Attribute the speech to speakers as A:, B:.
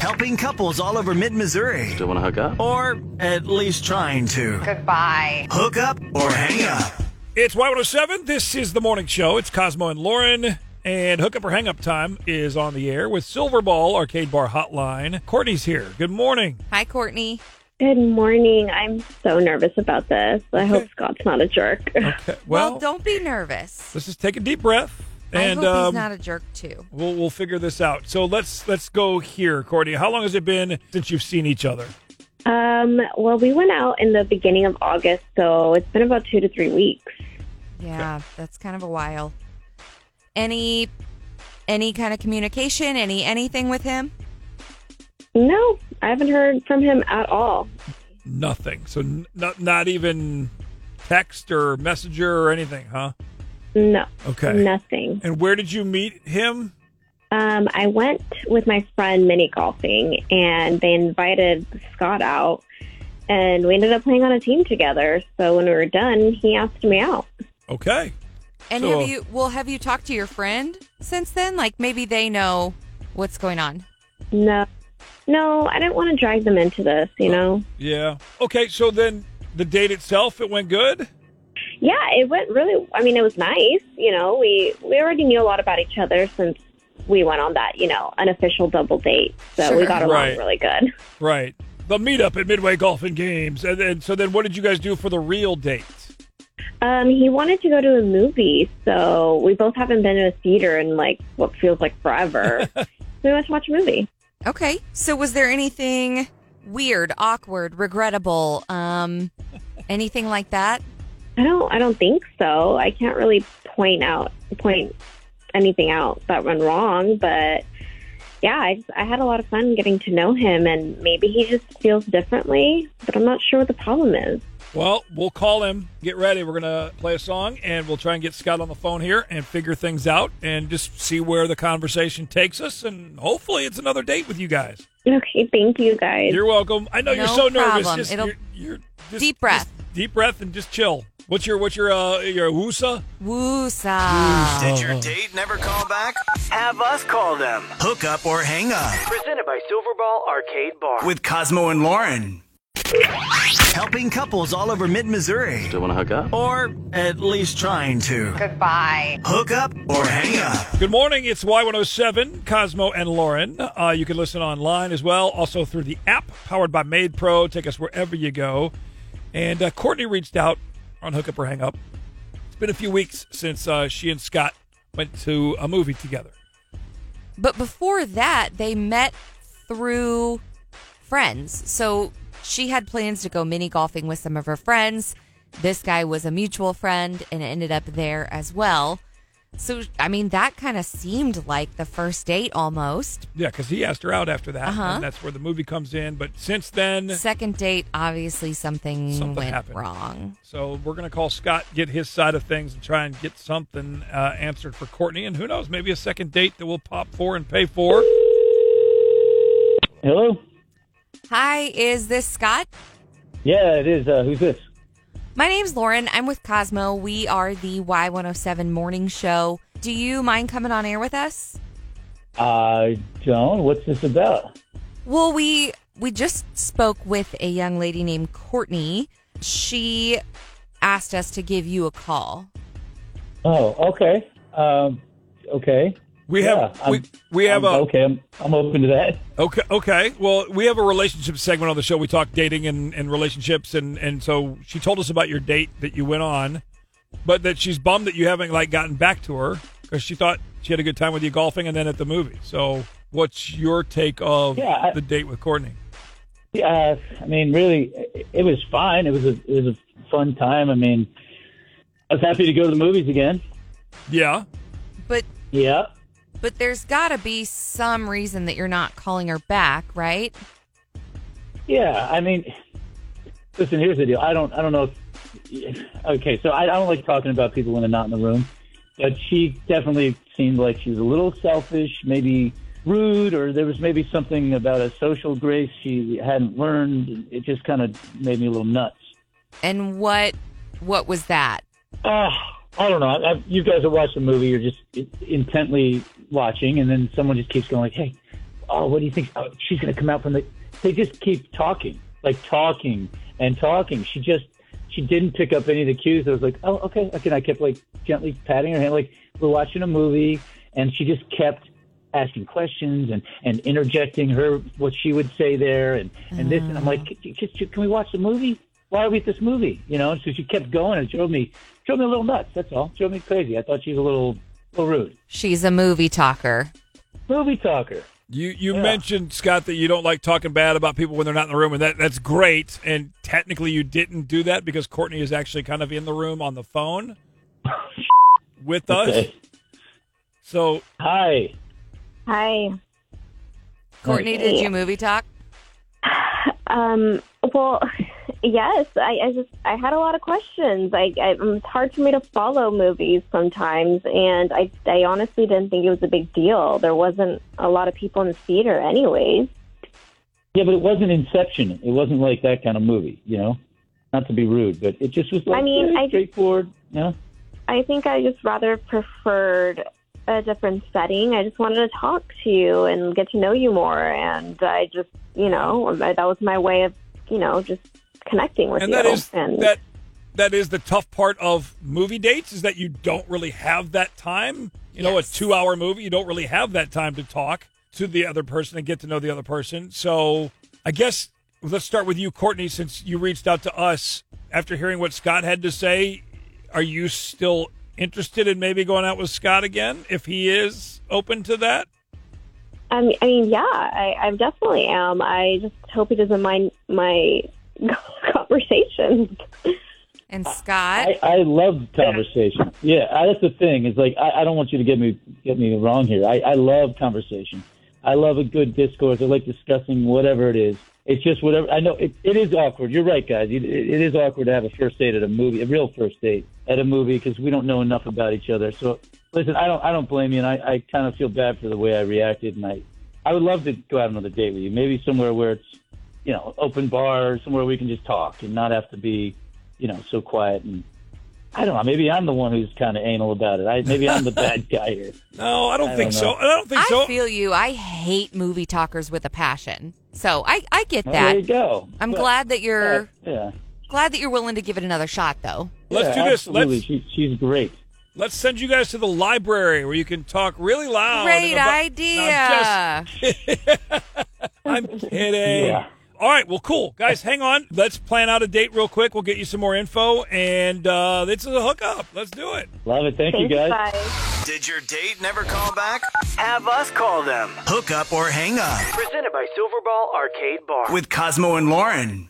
A: helping couples all over mid Missouri.
B: Still want to hook up?
A: Or at least trying to.
C: Goodbye.
A: Hook up or hang up.
D: It's Y107. This is the morning show. It's Cosmo and Lauren. And hookup or hang up time is on the air with Silver Ball Arcade Bar Hotline. Courtney's here. Good morning.
C: Hi, Courtney.
E: Good morning. I'm so nervous about this. I hope Scott's not a jerk.
D: Okay,
C: Well,
D: well,
C: Oh, don't be nervous.
D: let's just take a deep breath. And
C: I hope
D: um,
C: he's not a jerk too.
D: we'll we'll figure this out. So let's let's go here, Courtney. How long has it been since you've seen each other?
E: Um, well, we went out in the beginning of August, so it's been about two to three weeks.
C: Yeah, that's kind of a while. Any any kind of communication, any anything with him?
E: No, I haven't heard from him at all.
D: Nothing. So n- not not even text or messenger or anything, huh?
E: No,
D: Okay.
E: nothing.
D: And where did you meet him?
E: Um, I went with my friend mini golfing, and they invited Scott out, and we ended up playing on a team together. So when we were done, he asked me out.
D: Okay.
C: And
D: So-
C: have you well have you talked to your friend since then? Like maybe they know what's going on.
E: No, no, I didn't want to drag them into this,
D: Oh.
E: you know.
D: Yeah. Okay. So then the date itself, it went good.
E: Yeah, it went really. I mean, it was nice. You know, we we already knew a lot about each other since we went on that you know unofficial double date, so
C: Sure.
E: we got along
D: Right.
E: really good.
D: Right. The meetup at Midway Golf and Games, and then so then what did you guys do for the real date?
E: Um, he wanted to go to a movie, so we both haven't been to a theater in like what feels like forever. so we went to watch a movie.
C: Okay. So was there anything weird, awkward, regrettable, um anything like that?
E: I don't. I don't think so. I can't really point out point anything out that went wrong, but yeah, I, just- I had a lot of fun getting to know him, and maybe he just feels differently. But I'm not sure what the problem is.
D: Well, we'll call him. Get ready. We're gonna play a song, and we'll try and get Scott on the phone here and figure things out, and just see where the conversation takes us, and hopefully it's another date with you guys.
E: Okay, thank you guys.
D: You're welcome. I know you're
C: No
D: so nervous.
C: problem.
D: Just,
C: It'll-
D: you're, you're just,
C: Deep breath.
D: just deep breath, and just chill. What's your what's your uh your woosa?
C: Woosa.
A: Did your date never call back?
F: Have us call them.
A: Hook up or hang up
F: Presented by Silverball Arcade Bar.
A: with Cosmo and Lauren. Helping couples all over mid Missouri.
B: Still want to hook up?
A: Or at least trying to.
C: Goodbye.
A: Hook up or hang up.
D: Good morning. It's Y107, Cosmo and Lauren. Uh, you can listen online as well, also through the app powered by Made Pro. Take us wherever you go. And uh, Courtney reached out on Hookup or Hang Up. It's been a few weeks since uh, she and Scott went to a movie together.
C: But before that, they met through friends. So she had plans to go mini golfing with some of her friends. This guy was a mutual friend and it ended up there as well. So, I mean, that kind of seemed like the first date almost.
D: Yeah, because he asked her out after that,
C: Uh-huh.
D: and that's where the movie comes in. But since then,
C: Second date, obviously, something,
D: Something
C: went
D: happened.
C: wrong.
D: so we're going to call Scott, get his side of things, and try and get something uh, answered for Courtney. And who knows, maybe a second date that we'll pop for and pay for.
G: Hello?
C: Hi, is this Scott?
G: Yeah, it is. Uh, who's this?
C: My name's Lauren. I'm with Cosmo. We are the Y107 morning show. Do you mind coming on air with us?
G: I don't. What's this about?
C: Well, we we just spoke with a young lady named Courtney. She asked us to give you a call.
G: Oh, okay. Um, okay.
D: We
G: Yeah,
D: have
G: I'm-
D: we, we have
G: I'm-
D: a
G: okay. I'm, I'm open to that.
D: okay okay. Well, we have a relationship segment on the show. We talk dating and, and relationships, and and so she told us about your date that you went on, but that she's bummed that you haven't like gotten back to her because she thought she had a good time with you golfing and then at the movie. So, what's your take of
G: Yeah, I-
D: the date with Courtney?
G: Yeah, I mean, really, it- it was fine. It was a it was a fun time. I mean, I was happy to go to the movies again.
D: Yeah,
C: But
G: Yeah.
C: but there's got to be some reason that you're not calling her back, right?
G: Yeah. I mean, listen. Here's the deal. I don't. I don't know. if Okay. So I, I don't like talking about people when they're not in the room. But she definitely seemed like she was a little selfish, maybe rude, or there was maybe something about a social grace she hadn't learned. It just kind of made me a little nuts.
C: And what what was that?
G: Uh, I don't know. I, I, you guys have watched the movie. You're just intently watching, and then someone just keeps going like, "Hey, oh, what do you think? Oh, she's going to come out from the. They just keep talking, like talking and talking. She just, she didn't pick up any of the cues. I was like, oh, okay, okay. And I kept like gently patting her hand, like we're watching a movie, and she just kept asking questions and and interjecting her what she would say there and and this and I'm like, "C- c- c- can we watch the movie? Why are we at this movie? You know. So she kept going and it drove me drove me a little nuts. That's all. Drove me crazy. I thought she was a little little rude.
C: She's a movie talker.
G: Movie talker.
D: You you mentioned Scott that you don't like talking bad about people when they're not in the room, and that that's great. And technically, you didn't do that because Courtney is actually kind of in the room on the phone with us.
G: Okay.
D: So
G: Hi.
E: Hi.
C: Courtney, did you movie talk?
E: Um, well, yes, I, I just I had a lot of questions. I, I it's hard for me to follow movies sometimes, and I I honestly didn't think it was a big deal. There wasn't a lot of people in the theater, anyways.
G: Yeah, but it wasn't Inception. It wasn't like that kind of movie, you know. Not to be rude, but it just was like
E: I mean,
G: very
E: I-
G: straightforward. You know?
E: I think I just rather preferred a different setting. I just wanted to talk to you and get to know you more, and I just you know I, that was my way of you know just connecting with
D: and
E: you.
D: that is
E: and
D: that that is the tough part of movie dates is that you don't really have that time. You know, a
C: Yes.
D: two-hour movie, you don't really have that time to talk to the other person and get to know the other person. So I guess let's start with you, Courtney, since you reached out to us after hearing what Scott had to say. Are you still interested in maybe going out with Scott again if he is open to that?
E: Um, I mean, yeah, I, I definitely am. I just hope he doesn't mind my conversations.
C: And Scott,
G: I, I love conversation. Yeah, I, that's the thing. Is like I, I don't want you to get me get me wrong here. I, I love conversation. I love a good discourse. I like discussing whatever it is. It's just whatever. I know it, it is awkward. You're right, guys. It, it it is awkward to have a first date at a movie, a real first date at a movie, because we don't know enough about each other. So listen, I don't I don't blame you, and I, I kind of feel bad for the way I reacted, and I I would love to go out on another date with you. Maybe somewhere where it's you know open bar, somewhere we can just talk and not have to be you know so quiet and I don't know. Maybe I'm the one who's kind of anal about it. I maybe I'm the bad guy here.
D: No, I don't
G: I
D: think
G: don't
D: so.
G: know.
D: I don't think
C: I
D: so.
C: feel you. I hate movie talkers with a passion. So I, I get
G: Well, there you
C: that.
G: go.
C: I'm
G: But- uh,
C: glad that you're
G: Yeah.
C: glad that you're willing to give it another shot, though.
D: Let's
G: Yeah,
D: do this.
G: Absolutely.
D: Let's
G: She, she's great.
D: Let's send you guys to the library where you can talk really loud. and
C: Great
D: about-
C: idea.
D: I'm, just, I'm kidding.
G: Yeah.
D: All right. Well, cool. Guys, hang on. Let's plan out a date real quick. We'll get you some more info. And uh, this is a hookup. Let's do it.
G: Love it. Thank
E: Thank
G: you, guys.
A: Did your date never call back?
F: Have us call them.
A: Hook up or hang up
F: Presented by Silverball Arcade Bar.
A: with Cosmo and Lauren.